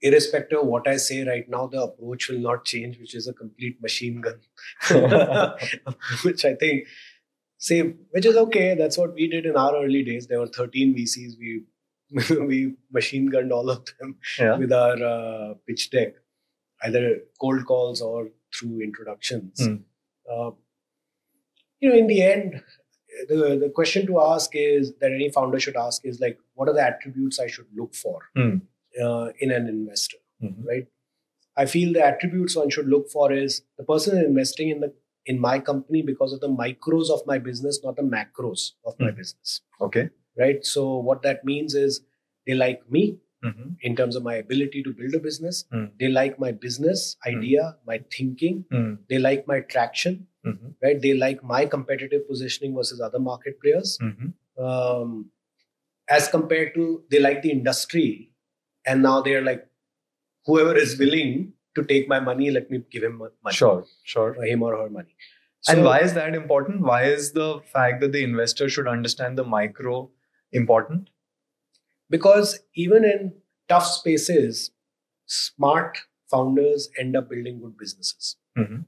[SPEAKER 4] irrespective of what I say right now, the approach will not change, which is a complete machine gun which I think, say, which is okay. That's what we did in our early days. There were 13 VCs. We we machine gunned all of them
[SPEAKER 2] Yeah.
[SPEAKER 4] with our uh, pitch deck, either cold calls or through introductions.
[SPEAKER 2] Hmm.
[SPEAKER 4] Uh, you know, in the end, the, the question to ask is that any founder should ask is like, what are the attributes I should look for
[SPEAKER 2] Hmm.
[SPEAKER 4] uh, in an investor?
[SPEAKER 2] Mhm.
[SPEAKER 4] Right. I feel the attributes one should look for is the person investing in the in my company because of the micros of my business, not the macros of my
[SPEAKER 2] Hmm.
[SPEAKER 4] business.
[SPEAKER 2] Okay.
[SPEAKER 4] Right. So what that means is they like me
[SPEAKER 2] Mm-hmm.
[SPEAKER 4] in terms of my ability to build a business.
[SPEAKER 2] Hmm.
[SPEAKER 4] They like my business idea, my thinking. They like my traction.
[SPEAKER 2] Mm-hmm.
[SPEAKER 4] Right. They like my competitive positioning versus other market players
[SPEAKER 2] Mm-hmm.
[SPEAKER 4] um, as compared to they like the industry and now they're like whoever is willing to take my money let me give him mon- money
[SPEAKER 2] Sure. Sure.
[SPEAKER 4] or him or her money
[SPEAKER 2] and
[SPEAKER 4] So,
[SPEAKER 2] why is that important? Why is the fact that the investor should understand the micro important?
[SPEAKER 4] because even in tough spaces smart founders end up building good businesses
[SPEAKER 2] Mhm.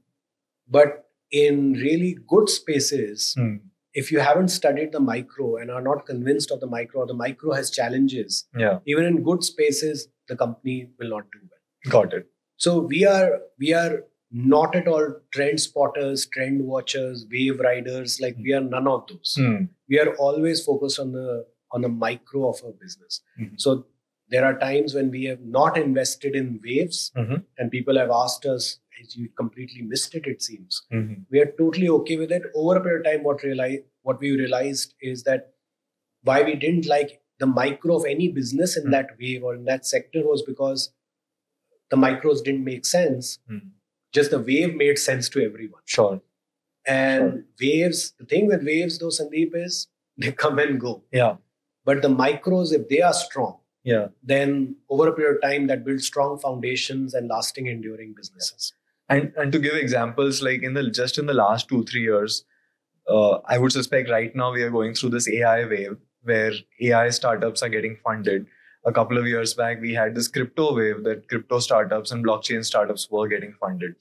[SPEAKER 4] but in really good spaces
[SPEAKER 2] Hmm.
[SPEAKER 4] if you haven't studied the micro and are not convinced of the micro or the micro has challenges
[SPEAKER 2] Yeah.
[SPEAKER 4] even in good spaces the company will not do well
[SPEAKER 2] Got it.
[SPEAKER 4] So we are we are not at all trend spotters, trend watchers, wave riders. Like we are none of those.
[SPEAKER 2] Mm.
[SPEAKER 4] We are always focused on the on the micro of our business.
[SPEAKER 2] Mhm.
[SPEAKER 4] So there are times when we have not invested in waves,
[SPEAKER 2] Mhm.
[SPEAKER 4] and people have asked us, "You completely missed it." It seems
[SPEAKER 2] Mm-hmm.
[SPEAKER 4] we are totally okay with it. Over a period of time, what realize what we realized is that why we didn't like the micro of any business in
[SPEAKER 2] Hmm.
[SPEAKER 4] that wave or in that sector was because the micros didn't make sense.
[SPEAKER 2] Hmm.
[SPEAKER 4] Just the wave made sense to everyone.
[SPEAKER 2] Sure.
[SPEAKER 4] And waves, the thing with waves though, Sandeep, is they come and go.
[SPEAKER 2] Yeah.
[SPEAKER 4] But the micros, if they are strong,
[SPEAKER 2] Yeah.
[SPEAKER 4] then over a period of time that builds strong foundations and lasting enduring businesses
[SPEAKER 2] And and to give examples, like in the just in the last two three years, uh, I would suspect right now we are going through this AI wave where AI startups are getting funded. A couple of years back, we had this crypto wave that crypto startups and blockchain startups were getting funded.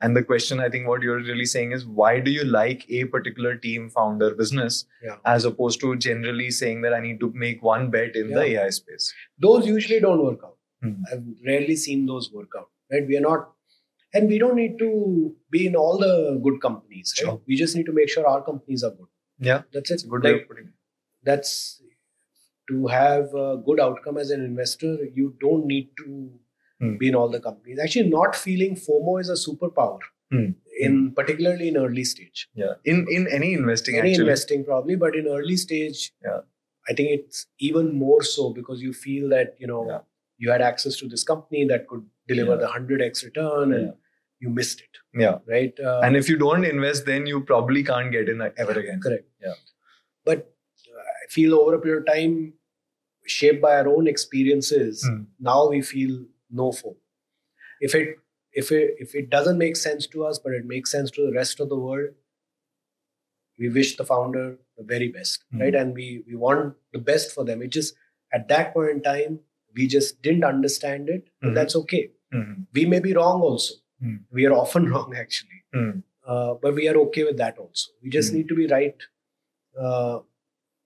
[SPEAKER 2] And the question I think what you're really saying is why do you like a particular team founder business
[SPEAKER 4] Yeah.
[SPEAKER 2] as opposed to generally saying that I need to make one bet in the
[SPEAKER 4] Yeah.
[SPEAKER 2] AI space?
[SPEAKER 4] those usually don't work out
[SPEAKER 2] Hmm.
[SPEAKER 4] i've rarely seen those work out right we are not and we don't need to be in all the good companies right?
[SPEAKER 2] Sure.
[SPEAKER 4] we just need to make sure our companies are good
[SPEAKER 2] Yeah,
[SPEAKER 4] that's it
[SPEAKER 2] it's a good way
[SPEAKER 4] like,
[SPEAKER 2] of putting it.
[SPEAKER 4] that's to have a good outcome as an investor you don't need to
[SPEAKER 2] Hmm.
[SPEAKER 4] be in all the companies actually not feeling fomo is a superpower
[SPEAKER 2] Hmm.
[SPEAKER 4] in particularly in early stage
[SPEAKER 2] Yeah, in in any investing
[SPEAKER 4] any
[SPEAKER 2] actually.
[SPEAKER 4] investing probably but in early stage
[SPEAKER 2] Yeah.
[SPEAKER 4] i think it's even more so because you feel that you know
[SPEAKER 2] Yeah.
[SPEAKER 4] you had access to this company that could deliver
[SPEAKER 2] Yeah.
[SPEAKER 4] the 100x return and
[SPEAKER 2] Yeah.
[SPEAKER 4] you missed it
[SPEAKER 2] Yeah,
[SPEAKER 4] right uh,
[SPEAKER 2] and if you don't invest, then you probably can't get in ever again.
[SPEAKER 4] Correct.
[SPEAKER 2] Yeah.
[SPEAKER 4] But uh, I feel over a period of time, shaped by our own experiences,
[SPEAKER 2] Hmm.
[SPEAKER 4] now we feel no FOMO. If it if it if it doesn't make sense to us, but it makes sense to the rest of the world, we wish the founder the very best,
[SPEAKER 2] Hmm.
[SPEAKER 4] right? And we we want the best for them. It just at that point in time, we just didn't understand it. But
[SPEAKER 2] Mhm.
[SPEAKER 4] that's okay.
[SPEAKER 2] Mhm.
[SPEAKER 4] We may be wrong also.
[SPEAKER 2] Hmm.
[SPEAKER 4] We are often wrong actually
[SPEAKER 2] Mhm.
[SPEAKER 4] uh, but we are okay with that also. We just
[SPEAKER 2] Hmm.
[SPEAKER 4] need to be right uh,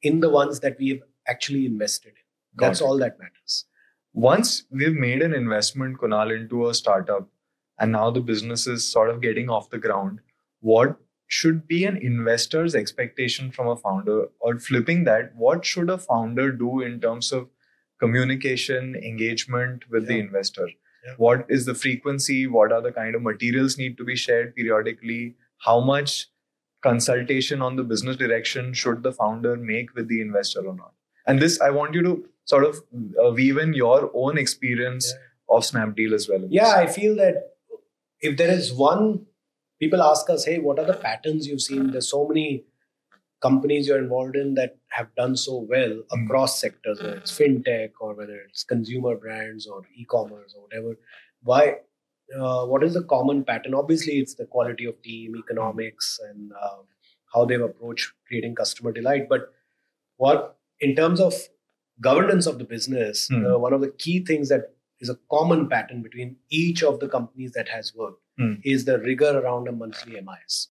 [SPEAKER 4] in the ones that we've actually invested in.
[SPEAKER 2] Got
[SPEAKER 4] That's
[SPEAKER 2] it.
[SPEAKER 4] all that matters.
[SPEAKER 2] Once we've made an investment, Kunal, into a startup, and now the business is sort of getting off the ground, what should be an investor's expectation from a founder? Or flipping that, what should a founder do in terms of communication, engagement with the
[SPEAKER 4] Yeah.
[SPEAKER 2] investor?
[SPEAKER 4] Yeah.
[SPEAKER 2] What is the frequency? What are the kind of materials need to be shared periodically? How much consultation on the business direction should the founder make with the investor or not? And this, I want you to sort of uh, weave in your own experience of Snapdeal as well. in
[SPEAKER 4] Yeah,
[SPEAKER 2] this.
[SPEAKER 4] I feel that if there is one, people ask us, hey, what are the patterns you've seen? There's so many companies you're involved in that have done so well
[SPEAKER 2] Hmm.
[SPEAKER 4] across sectors, whether it's fintech or whether it's consumer brands or e-commerce or whatever. Why? Uh, what is the common pattern? Obviously, it's the quality of team, economics, and um, how they've approached creating customer delight. But what, in terms of governance of the business,
[SPEAKER 2] Hmm.
[SPEAKER 4] uh, one of the key things that is a common pattern between each of the companies that has worked
[SPEAKER 2] Hmm.
[SPEAKER 4] is the rigor around a monthly MIS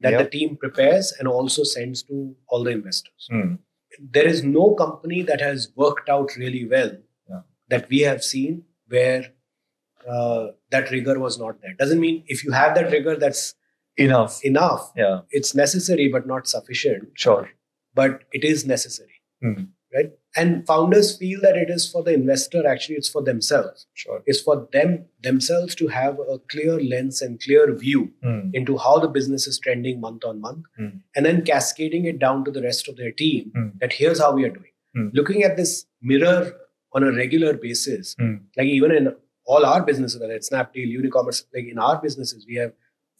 [SPEAKER 4] that
[SPEAKER 2] Yeah.
[SPEAKER 4] the team prepares and also sends to all the investors.
[SPEAKER 2] Hmm.
[SPEAKER 4] There is no company that has worked out really well
[SPEAKER 2] Yeah.
[SPEAKER 4] that we have seen where uh, that rigor was not there. Doesn't mean if you have that rigor, that's
[SPEAKER 2] Enough.
[SPEAKER 4] enough.
[SPEAKER 2] Yeah,
[SPEAKER 4] It's necessary, but not sufficient
[SPEAKER 2] sure.
[SPEAKER 4] but it is necessary
[SPEAKER 2] Hmm.
[SPEAKER 4] right and founders feel that it is for the investor actually it's for themselves
[SPEAKER 2] Sure.
[SPEAKER 4] it's for them themselves to have a clear lens and clear view
[SPEAKER 2] Hmm.
[SPEAKER 4] into how the business is trending month on month
[SPEAKER 2] Hmm.
[SPEAKER 4] and then cascading it down to the rest of their team
[SPEAKER 2] Hmm.
[SPEAKER 4] that here's how we are doing
[SPEAKER 2] Hmm.
[SPEAKER 4] looking at this mirror on a regular basis
[SPEAKER 2] Hmm.
[SPEAKER 4] like even in all our businesses whether it's snapdeal unicommerce like in our businesses we have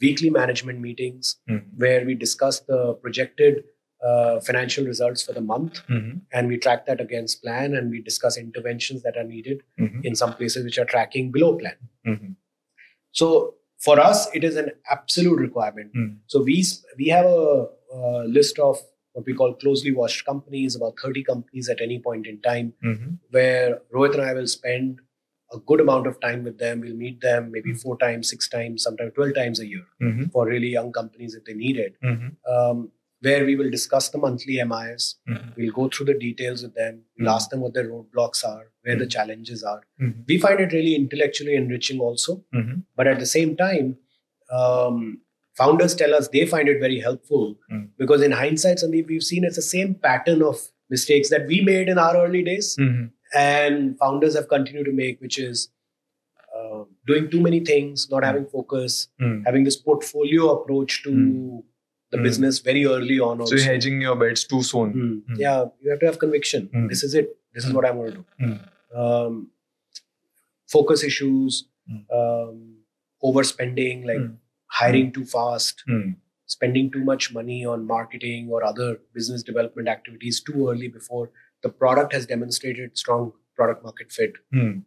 [SPEAKER 4] weekly management meetings
[SPEAKER 2] Hmm.
[SPEAKER 4] where we discuss the projected uh, financial results for the month
[SPEAKER 2] Mhm.
[SPEAKER 4] and we track that against plan and we discuss interventions that are needed
[SPEAKER 2] Mhm.
[SPEAKER 4] in some places which are tracking below plan.
[SPEAKER 2] Mhm.
[SPEAKER 4] So for us, it is an absolute requirement.
[SPEAKER 2] Hmm.
[SPEAKER 4] So we s- we have a, uh list of what we call closely watched companies, about 30 companies at any point in time,
[SPEAKER 2] Mhm.
[SPEAKER 4] where Rohit and I will spend a good amount of time with them. We'll meet them maybe four times, six times, sometimes 12 times a year
[SPEAKER 2] Mhm.
[SPEAKER 4] for really young companies if they need it
[SPEAKER 2] Mhm.
[SPEAKER 4] um, where we will discuss the monthly MIS.
[SPEAKER 2] Mhm.
[SPEAKER 4] We'll go through the details with them. We'll
[SPEAKER 2] Mhm.
[SPEAKER 4] ask them what their roadblocks are, where the challenges are.
[SPEAKER 2] Mhm.
[SPEAKER 4] We find it really intellectually enriching also.
[SPEAKER 2] Mhm.
[SPEAKER 4] But at the same time, um, founders tell us they find it very helpful
[SPEAKER 2] Mhm.
[SPEAKER 4] because in hindsight, Sandeep, we've seen it's the same pattern of mistakes that we made in our early days
[SPEAKER 2] Mhm.
[SPEAKER 4] and founders have continued to make, which is uh, doing too many things, not having focus,
[SPEAKER 2] Mhm.
[SPEAKER 4] having this portfolio approach to
[SPEAKER 2] Mm.
[SPEAKER 4] the
[SPEAKER 2] Mm.
[SPEAKER 4] business very early on. Also.
[SPEAKER 2] So you're hedging your bets too soon.
[SPEAKER 4] Mm.
[SPEAKER 2] Mm.
[SPEAKER 4] Yeah, you have to have conviction.
[SPEAKER 2] Mm.
[SPEAKER 4] This is it. This is
[SPEAKER 2] Mm.
[SPEAKER 4] what I'm going to do.
[SPEAKER 2] Mm.
[SPEAKER 4] Um, focus issues,
[SPEAKER 2] Mm.
[SPEAKER 4] um, overspending, like
[SPEAKER 2] Mm.
[SPEAKER 4] hiring too fast,
[SPEAKER 2] Hmm.
[SPEAKER 4] spending too much money on marketing or other business development activities too early before the product has demonstrated strong product market fit,
[SPEAKER 2] Hmm.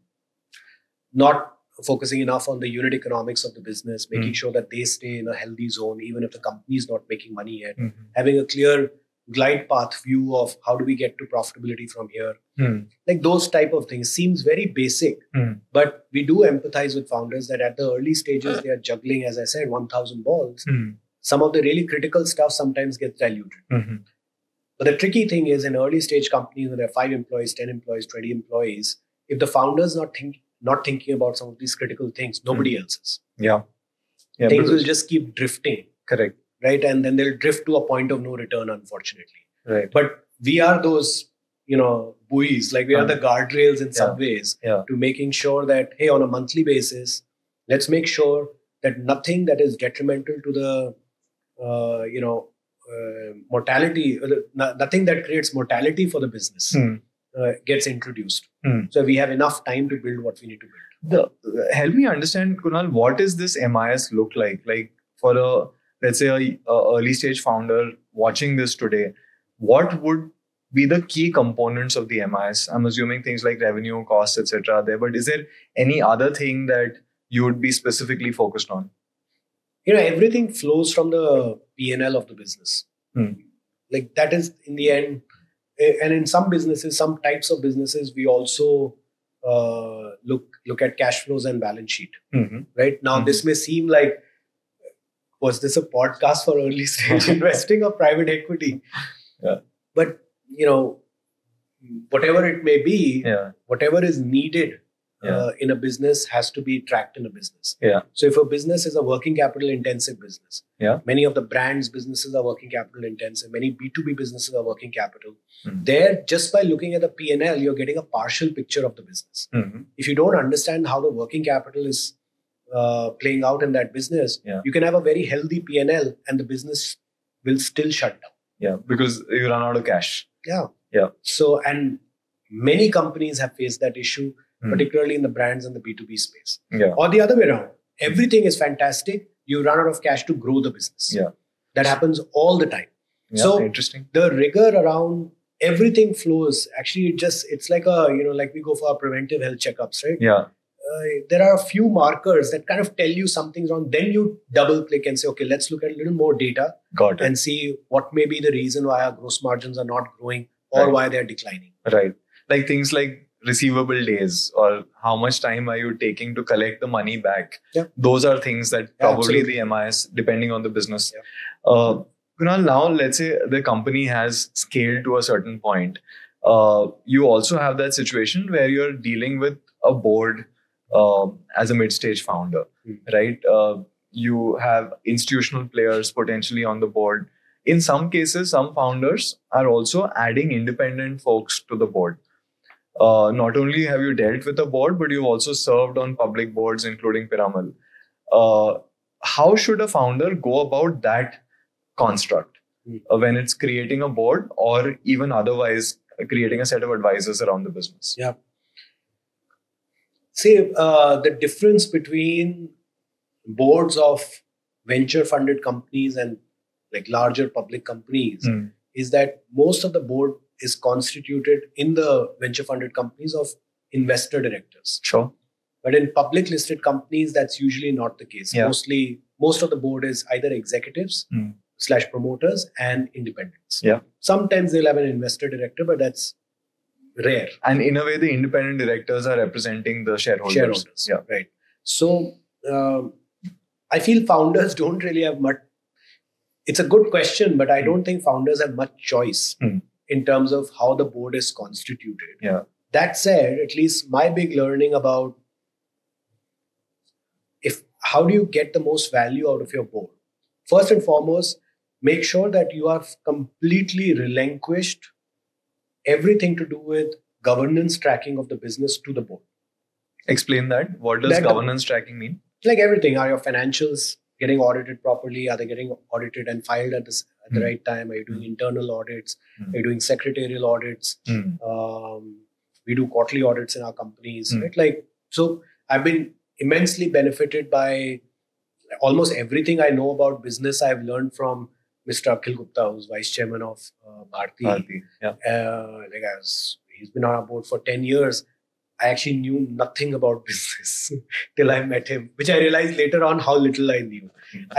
[SPEAKER 4] not focusing enough on the unit economics of the business, making
[SPEAKER 2] Mm.
[SPEAKER 4] sure that they stay in a healthy zone, even if the company is not making money yet,
[SPEAKER 2] Mhm.
[SPEAKER 4] having a clear glide path view of how do we get to profitability from here.
[SPEAKER 2] Hmm.
[SPEAKER 4] Like those type of things seems very basic,
[SPEAKER 2] Hmm.
[SPEAKER 4] but we do empathize with founders that at the early stages they are juggling, as I said, 1,000 balls.
[SPEAKER 2] Hmm.
[SPEAKER 4] Some of the really critical stuff sometimes gets diluted.
[SPEAKER 2] Mhm.
[SPEAKER 4] But the tricky thing is in early stage companies when there are five employees, 10 employees, 20 employees, if the founder's not think not thinking about some of these critical things, nobody else is.
[SPEAKER 2] Yeah. Hmm. Yeah.
[SPEAKER 4] Things
[SPEAKER 2] because-
[SPEAKER 4] will just keep drifting,
[SPEAKER 2] correct.
[SPEAKER 4] right? And then they'll drift to a point of no return, unfortunately.
[SPEAKER 2] Right.
[SPEAKER 4] But we are those, you know, buoys, like we are the guardrails in some ways
[SPEAKER 2] Um, Yeah.
[SPEAKER 4] to making sure that, hey, on a monthly basis, let's make sure that nothing that is detrimental to the, uh, you know, uh, mortality, uh, no- nothing that creates mortality for the business
[SPEAKER 2] Hmm.
[SPEAKER 4] uh, gets introduced.
[SPEAKER 2] Hmm.
[SPEAKER 4] So we have enough time to build what we need to build.
[SPEAKER 2] the help me understand kunal what does this mis look like like for a let's say a, a early stage founder watching this today what would be the key components of the mis i'm assuming things like revenue costs etc are there but is there any other thing that you would be specifically focused on
[SPEAKER 4] you know everything flows from the p&l of the business
[SPEAKER 2] Hmm.
[SPEAKER 4] like that is in the end a- and in some businesses some types of businesses we also uh, look look at cash flows and balance sheet right now
[SPEAKER 2] Mhm.
[SPEAKER 4] this may seem like was this a podcast for early stage investing or private equity
[SPEAKER 2] Yeah.
[SPEAKER 4] but you know whatever it may be
[SPEAKER 2] yeah
[SPEAKER 4] whatever is needed
[SPEAKER 2] Yeah.
[SPEAKER 4] uh, in a business has to be tracked in a business.
[SPEAKER 2] Yeah.
[SPEAKER 4] So if a business is a working capital intensive business,
[SPEAKER 2] Yeah.
[SPEAKER 4] many of the brands businesses are working capital intensive. Many B two B businesses are working capital.
[SPEAKER 2] Mhm.
[SPEAKER 4] There, just by looking at the P and L, you're getting a partial picture of the business.
[SPEAKER 2] Mhm.
[SPEAKER 4] If you don't understand how the working capital is uh, playing out in that business,
[SPEAKER 2] Yeah.
[SPEAKER 4] you can have a very healthy P and L, and the business will still shut down.
[SPEAKER 2] yeah because you run out of cash
[SPEAKER 4] Yeah.
[SPEAKER 2] Yeah.
[SPEAKER 4] So and many companies have faced that issue
[SPEAKER 2] Hmm.
[SPEAKER 4] particularly in the brands and the B2B space.
[SPEAKER 2] yeah
[SPEAKER 4] Or the other way around. Everything is fantastic. You run out of cash to grow the business.
[SPEAKER 2] Yeah.
[SPEAKER 4] That happens all the time.
[SPEAKER 2] yeah
[SPEAKER 4] So-
[SPEAKER 2] interesting
[SPEAKER 4] The rigor around everything flows. Actually, it just it's like a, you know, like we go for our preventive health checkups, right?
[SPEAKER 2] yeah
[SPEAKER 4] Uh, there are a few markers that kind of tell you something's wrong. Then you double click and say, okay, let's look at a little more data
[SPEAKER 2] got it
[SPEAKER 4] and see what may be the reason why our gross margins are not growing or
[SPEAKER 2] Right.
[SPEAKER 4] why they're declining.
[SPEAKER 2] Right. Like things like receivable days or how much time are you taking to collect the money back?
[SPEAKER 4] Yeah.
[SPEAKER 2] Those are things that probably
[SPEAKER 4] absolutely.
[SPEAKER 2] the MIS, depending on the business.
[SPEAKER 4] Yeah.
[SPEAKER 2] Uh, Kunal, now let's say the company has scaled to a certain point. Uh, you also have that situation where you're dealing with a board uh, as a mid-stage founder,
[SPEAKER 4] Hmm.
[SPEAKER 2] right? Uh, you have institutional players potentially on the board. In some cases, some founders are also adding independent folks to the board. Uh, not only have you dealt with the board, but you've also served on public boards, including Piramal. Uh, how should a founder go about that construct
[SPEAKER 4] Hmm.
[SPEAKER 2] uh, when it's creating a board or even otherwise uh, creating a set of advisors around the business?
[SPEAKER 4] See, uh, the difference between boards of venture funded companies and like larger public companies
[SPEAKER 2] Hmm.
[SPEAKER 4] is that most of the board is constituted in the venture funded companies of investor directors.
[SPEAKER 2] Sure.
[SPEAKER 4] But in public listed companies, that's usually not the case.
[SPEAKER 2] Yeah.
[SPEAKER 4] Mostly, most of the board is either executives
[SPEAKER 2] Hmm.
[SPEAKER 4] slash promoters and independents.
[SPEAKER 2] Yeah.
[SPEAKER 4] Sometimes they'll have an investor director, but that's rare.
[SPEAKER 2] And in a way, the independent directors are representing the shareholders.
[SPEAKER 4] shareholders.
[SPEAKER 2] Yeah.
[SPEAKER 4] Right. So um, I feel founders don't really have much. It's a good question, but I don't think founders have much choice
[SPEAKER 2] Hmm.
[SPEAKER 4] in terms of how the board is constituted.
[SPEAKER 2] Yeah.
[SPEAKER 4] That said, at least my big learning about if how do you get the most value out of your board? First and foremost, make sure that you have completely relinquished everything to do with governance tracking of the business to the board.
[SPEAKER 2] Explain that. What does
[SPEAKER 4] That-
[SPEAKER 2] governance tracking mean?
[SPEAKER 4] like everything are your financials getting audited properly are they getting audited and filed at the, s- at the
[SPEAKER 2] Mm.
[SPEAKER 4] right time are you doing
[SPEAKER 2] Mm.
[SPEAKER 4] internal audits
[SPEAKER 2] Mm.
[SPEAKER 4] are you doing secretarial audits
[SPEAKER 2] Hmm.
[SPEAKER 4] um, we do quarterly audits in our companies
[SPEAKER 2] Mm.
[SPEAKER 4] right like so i've been immensely benefited by almost everything i know about business i've learned from mr akhil gupta who's vice chairman of uh, bharti
[SPEAKER 2] Bharti. Hmm. Yeah.
[SPEAKER 4] uh, like I was, he's been on our board for 10 years I actually knew nothing about business till I met him, which I realized later on how little I knew.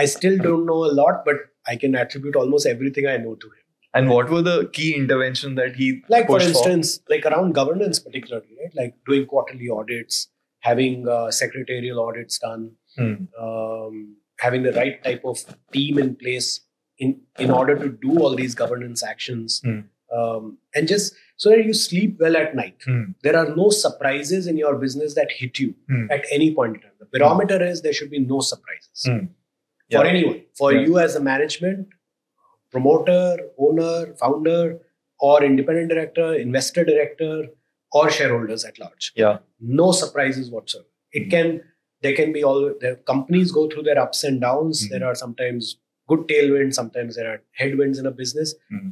[SPEAKER 4] I still don't know a lot, but I can attribute almost everything I know to him.
[SPEAKER 2] And what were the key intervention that he
[SPEAKER 4] Like for
[SPEAKER 2] pushed
[SPEAKER 4] instance, like around governance particularly, right? Like doing quarterly audits, having uh, secretarial audits done,
[SPEAKER 2] Hmm.
[SPEAKER 4] um, having the right type of team in place in in order to do all these governance actions
[SPEAKER 2] Hmm.
[SPEAKER 4] um, and just so that you sleep well at night
[SPEAKER 2] Hmm.
[SPEAKER 4] there are no surprises in your business that hit you
[SPEAKER 2] Hmm.
[SPEAKER 4] at any point in time the barometer is there should be no surprises
[SPEAKER 2] Hmm.
[SPEAKER 4] for
[SPEAKER 2] Yeah.
[SPEAKER 4] anyone for
[SPEAKER 2] Yeah.
[SPEAKER 4] you as a management promoter owner founder or independent director investor director or shareholders at large
[SPEAKER 2] Yeah.
[SPEAKER 4] no surprises whatsoever it can there can be all the companies go through their ups and downs
[SPEAKER 2] Mhm.
[SPEAKER 4] there are sometimes good tailwinds sometimes there are headwinds in a business
[SPEAKER 2] Mhm.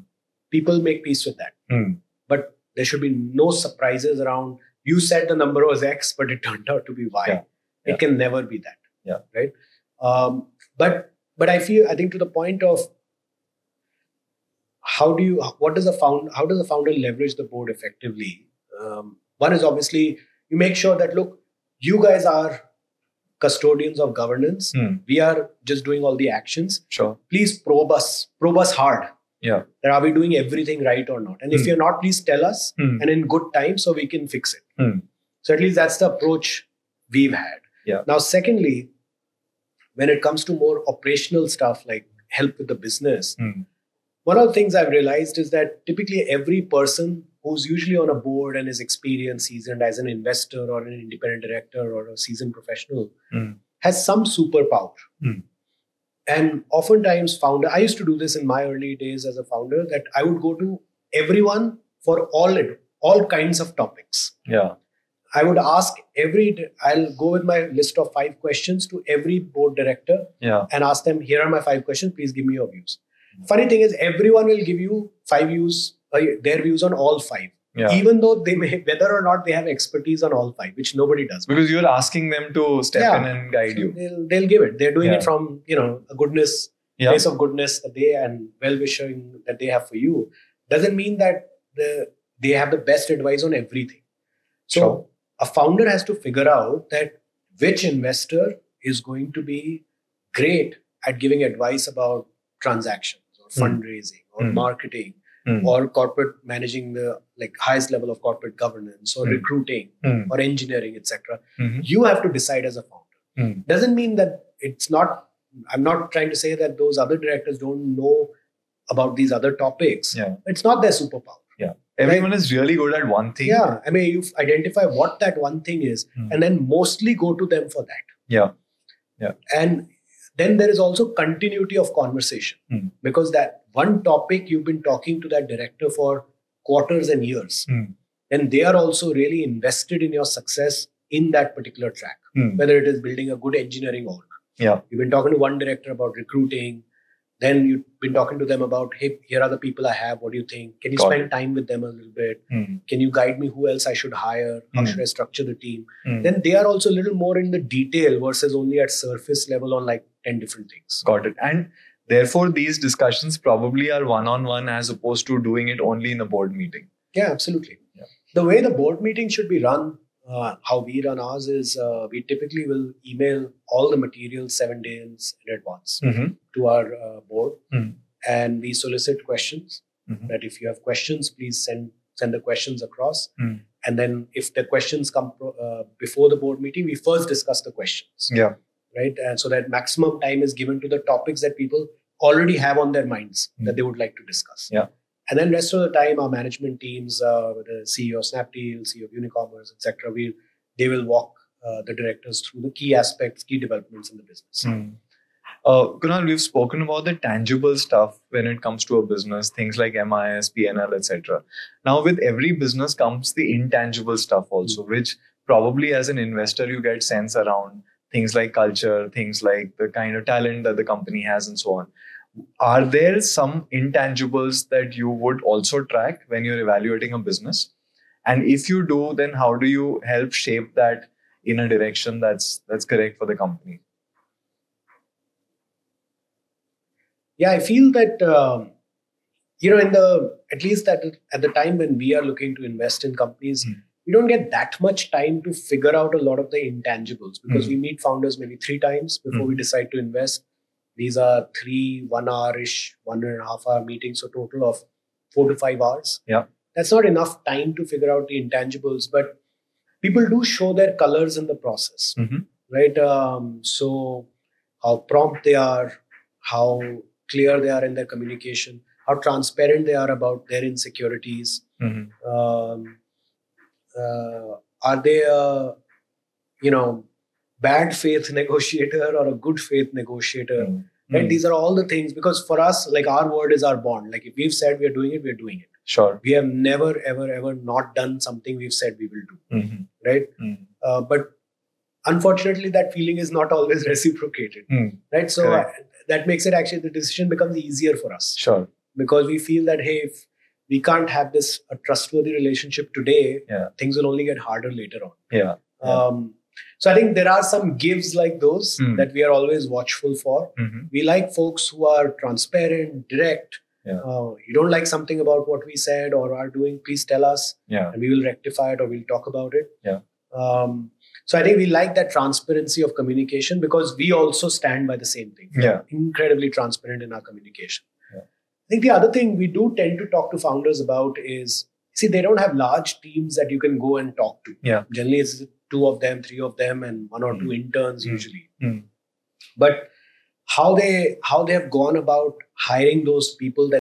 [SPEAKER 4] people make peace with that
[SPEAKER 2] Hmm.
[SPEAKER 4] but there should be no surprises around you said the number was x but it turned out to be y
[SPEAKER 2] Yeah.
[SPEAKER 4] it can never be that
[SPEAKER 2] Yeah.
[SPEAKER 4] right um, but but i feel i think to the point of how do you what does the found how does the founder leverage the board effectively um, one is obviously you make sure that look you guys are custodians of governance
[SPEAKER 2] Hmm.
[SPEAKER 4] we are just doing all the actions
[SPEAKER 2] Sure.
[SPEAKER 4] please probe us probe us hard
[SPEAKER 2] Yeah.
[SPEAKER 4] that are we doing everything right or not and if
[SPEAKER 2] Hmm.
[SPEAKER 4] you're not please tell us
[SPEAKER 2] Hmm.
[SPEAKER 4] and in good time so we can fix it.
[SPEAKER 2] Hmm.
[SPEAKER 4] So at least that's the approach we've had.
[SPEAKER 2] Yeah.
[SPEAKER 4] Now, secondly, when it comes to more operational stuff like help with the business,
[SPEAKER 2] Hmm.
[SPEAKER 4] one of the things I've realized is that typically every person who's usually on a board and is experienced, seasoned as an investor or an independent director or a seasoned professional
[SPEAKER 2] Hmm.
[SPEAKER 4] has some superpower.
[SPEAKER 2] Hmm.
[SPEAKER 4] And oftentimes, founder, I used to do this in my early days as a founder that I would go to everyone for all all kinds of topics.
[SPEAKER 2] Yeah.
[SPEAKER 4] I would ask every I'll go with my list of five questions to every board director
[SPEAKER 2] Yeah.
[SPEAKER 4] and ask them here are my five questions please give me your views. Funny thing is everyone will give you five views uh, their views on all five
[SPEAKER 2] Yeah.
[SPEAKER 4] even though they may whether or not they have expertise on all five which nobody does.
[SPEAKER 2] Because you're asking them to step
[SPEAKER 4] Yeah.
[SPEAKER 2] in and guide you.
[SPEAKER 4] They'll, they'll give it. They're doing it
[SPEAKER 2] Yeah.
[SPEAKER 4] from you know a goodness
[SPEAKER 2] Yeah.
[SPEAKER 4] place of goodness that they and well wishing that they have for you doesn't mean that the, they have the best advice on everything. So
[SPEAKER 2] Sure.
[SPEAKER 4] a founder has to figure out that which investor is going to be great at giving advice about transactions or
[SPEAKER 2] Hmm.
[SPEAKER 4] fundraising or
[SPEAKER 2] Hmm.
[SPEAKER 4] marketing
[SPEAKER 2] Hmm.
[SPEAKER 4] or corporate managing the like highest level of corporate governance or
[SPEAKER 2] Hmm.
[SPEAKER 4] recruiting
[SPEAKER 2] Hmm.
[SPEAKER 4] or engineering etc
[SPEAKER 2] Mhm.
[SPEAKER 4] you have to decide as a founder
[SPEAKER 2] Hmm.
[SPEAKER 4] doesn't mean that it's not i'm not trying to say that those other directors don't know about these other topics
[SPEAKER 2] Yeah.
[SPEAKER 4] it's not their superpower
[SPEAKER 2] Everyone is really good at one thing.
[SPEAKER 4] yeah i mean you identify what that one thing is
[SPEAKER 2] Hmm.
[SPEAKER 4] and then mostly go to them for that
[SPEAKER 2] Yeah. Yeah.
[SPEAKER 4] and then there is also continuity of conversation
[SPEAKER 2] Hmm.
[SPEAKER 4] because that one topic you've been talking to that director for quarters and years
[SPEAKER 2] Hmm.
[SPEAKER 4] then they are also really invested in your success in that particular track
[SPEAKER 2] Hmm.
[SPEAKER 4] whether it is building a good engineering org.
[SPEAKER 2] Yeah.
[SPEAKER 4] You've been talking to one director about recruiting. Then you've been talking to them about, hey, here are the people I have. What do you think? Can you
[SPEAKER 2] Got
[SPEAKER 4] spend time with them a little bit?
[SPEAKER 2] Hmm.
[SPEAKER 4] Can you guide me who else I should hire? How
[SPEAKER 2] Hmm.
[SPEAKER 4] should I structure the team?
[SPEAKER 2] Hmm.
[SPEAKER 4] Then they are also a little more in the detail versus only at surface level on like 10 different things.
[SPEAKER 2] Got it. And therefore, these discussions probably are one on one as opposed to doing it only in a board meeting.
[SPEAKER 4] Yeah, absolutely.
[SPEAKER 2] Yeah.
[SPEAKER 4] The way the board meeting should be run, uh, how we run ours is uh, we typically will email all the materials seven days in advance.
[SPEAKER 2] Mm-hmm.
[SPEAKER 4] to our uh, board
[SPEAKER 2] Mm.
[SPEAKER 4] and we solicit questions
[SPEAKER 2] Mhm.
[SPEAKER 4] that if you have questions please send send the questions across
[SPEAKER 2] Mm.
[SPEAKER 4] and then if the questions come pro- uh, before the board meeting we first discuss the questions
[SPEAKER 2] Yeah.
[SPEAKER 4] right and so that maximum time is given to the topics that people already have on their minds that
[SPEAKER 2] Mm.
[SPEAKER 4] they would like to discuss
[SPEAKER 2] Yeah.
[SPEAKER 4] and then rest of the time our management teams uh, the ceo of snapdeal ceo of unicommerce etc we they will walk uh, the directors through the key aspects key developments in the business
[SPEAKER 2] Hmm. Uh, Kunal, we've spoken about the tangible stuff when it comes to a business, things like MIS, PNL, etc. Now, with every business comes the intangible stuff also, which probably as an investor you get sense around things like culture, things like the kind of talent that the company has, and so on. Are there some intangibles that you would also track when you're evaluating a business? And if you do, then how do you help shape that in a direction that's that's correct for the company?
[SPEAKER 4] yeah i feel that um, you know in the at least at, at the time when we are looking to invest in companies
[SPEAKER 2] Hmm.
[SPEAKER 4] we don't get that much time to figure out a lot of the intangibles because
[SPEAKER 2] Hmm.
[SPEAKER 4] we meet founders maybe three times before we decide to invest. These are three one hour ish, one and a half hour meetings, so total of four to five hours.
[SPEAKER 2] Yeah.
[SPEAKER 4] That's not enough time to figure out the intangibles, but people do show their colors in the process,
[SPEAKER 2] Mhm.
[SPEAKER 4] right? Um, so, how prompt they are, how clear they are in their communication, how transparent they are about their insecurities,
[SPEAKER 2] Mhm.
[SPEAKER 4] um, uh, are they a you know bad faith negotiator or a good faith negotiator
[SPEAKER 2] Mhm.
[SPEAKER 4] and these are all the things because for us like our word is our bond like if we've said we're doing it we're doing it
[SPEAKER 2] Sure.
[SPEAKER 4] we have never ever ever not done something we've said we will do
[SPEAKER 2] Mhm.
[SPEAKER 4] right
[SPEAKER 2] Mhm.
[SPEAKER 4] uh, but unfortunately that feeling is not always reciprocated
[SPEAKER 2] Mhm.
[SPEAKER 4] right so
[SPEAKER 2] Correct.
[SPEAKER 4] uh, that makes it actually the decision becomes easier for us
[SPEAKER 2] Sure.
[SPEAKER 4] because we feel that hey if we can't have this a trustworthy relationship today
[SPEAKER 2] Yeah.
[SPEAKER 4] things will only get harder later
[SPEAKER 2] Yeah.
[SPEAKER 4] on
[SPEAKER 2] Yeah.
[SPEAKER 4] um, so i think there are some gives like those
[SPEAKER 2] Mm.
[SPEAKER 4] that we are always watchful for
[SPEAKER 2] Mhm.
[SPEAKER 4] we like folks who are transparent direct
[SPEAKER 2] Yeah.
[SPEAKER 4] uh, you don't like something about what we said or are doing please tell us
[SPEAKER 2] Yeah.
[SPEAKER 4] and we will rectify it or we'll talk about it
[SPEAKER 2] Yeah.
[SPEAKER 4] um, so i think we like that transparency of communication because we also stand by the same thing
[SPEAKER 2] Yeah.
[SPEAKER 4] incredibly transparent in our communication.
[SPEAKER 2] Yeah.
[SPEAKER 4] I think the other thing we do tend to talk to founders about is see, they don't have large teams that you can go and talk to.
[SPEAKER 2] Yeah.
[SPEAKER 4] Generally, it's two of them, three of them, and one or
[SPEAKER 2] Mm.
[SPEAKER 4] two interns
[SPEAKER 2] Mm.
[SPEAKER 4] usually.
[SPEAKER 2] Mm.
[SPEAKER 4] But how they how they have gone about hiring those people that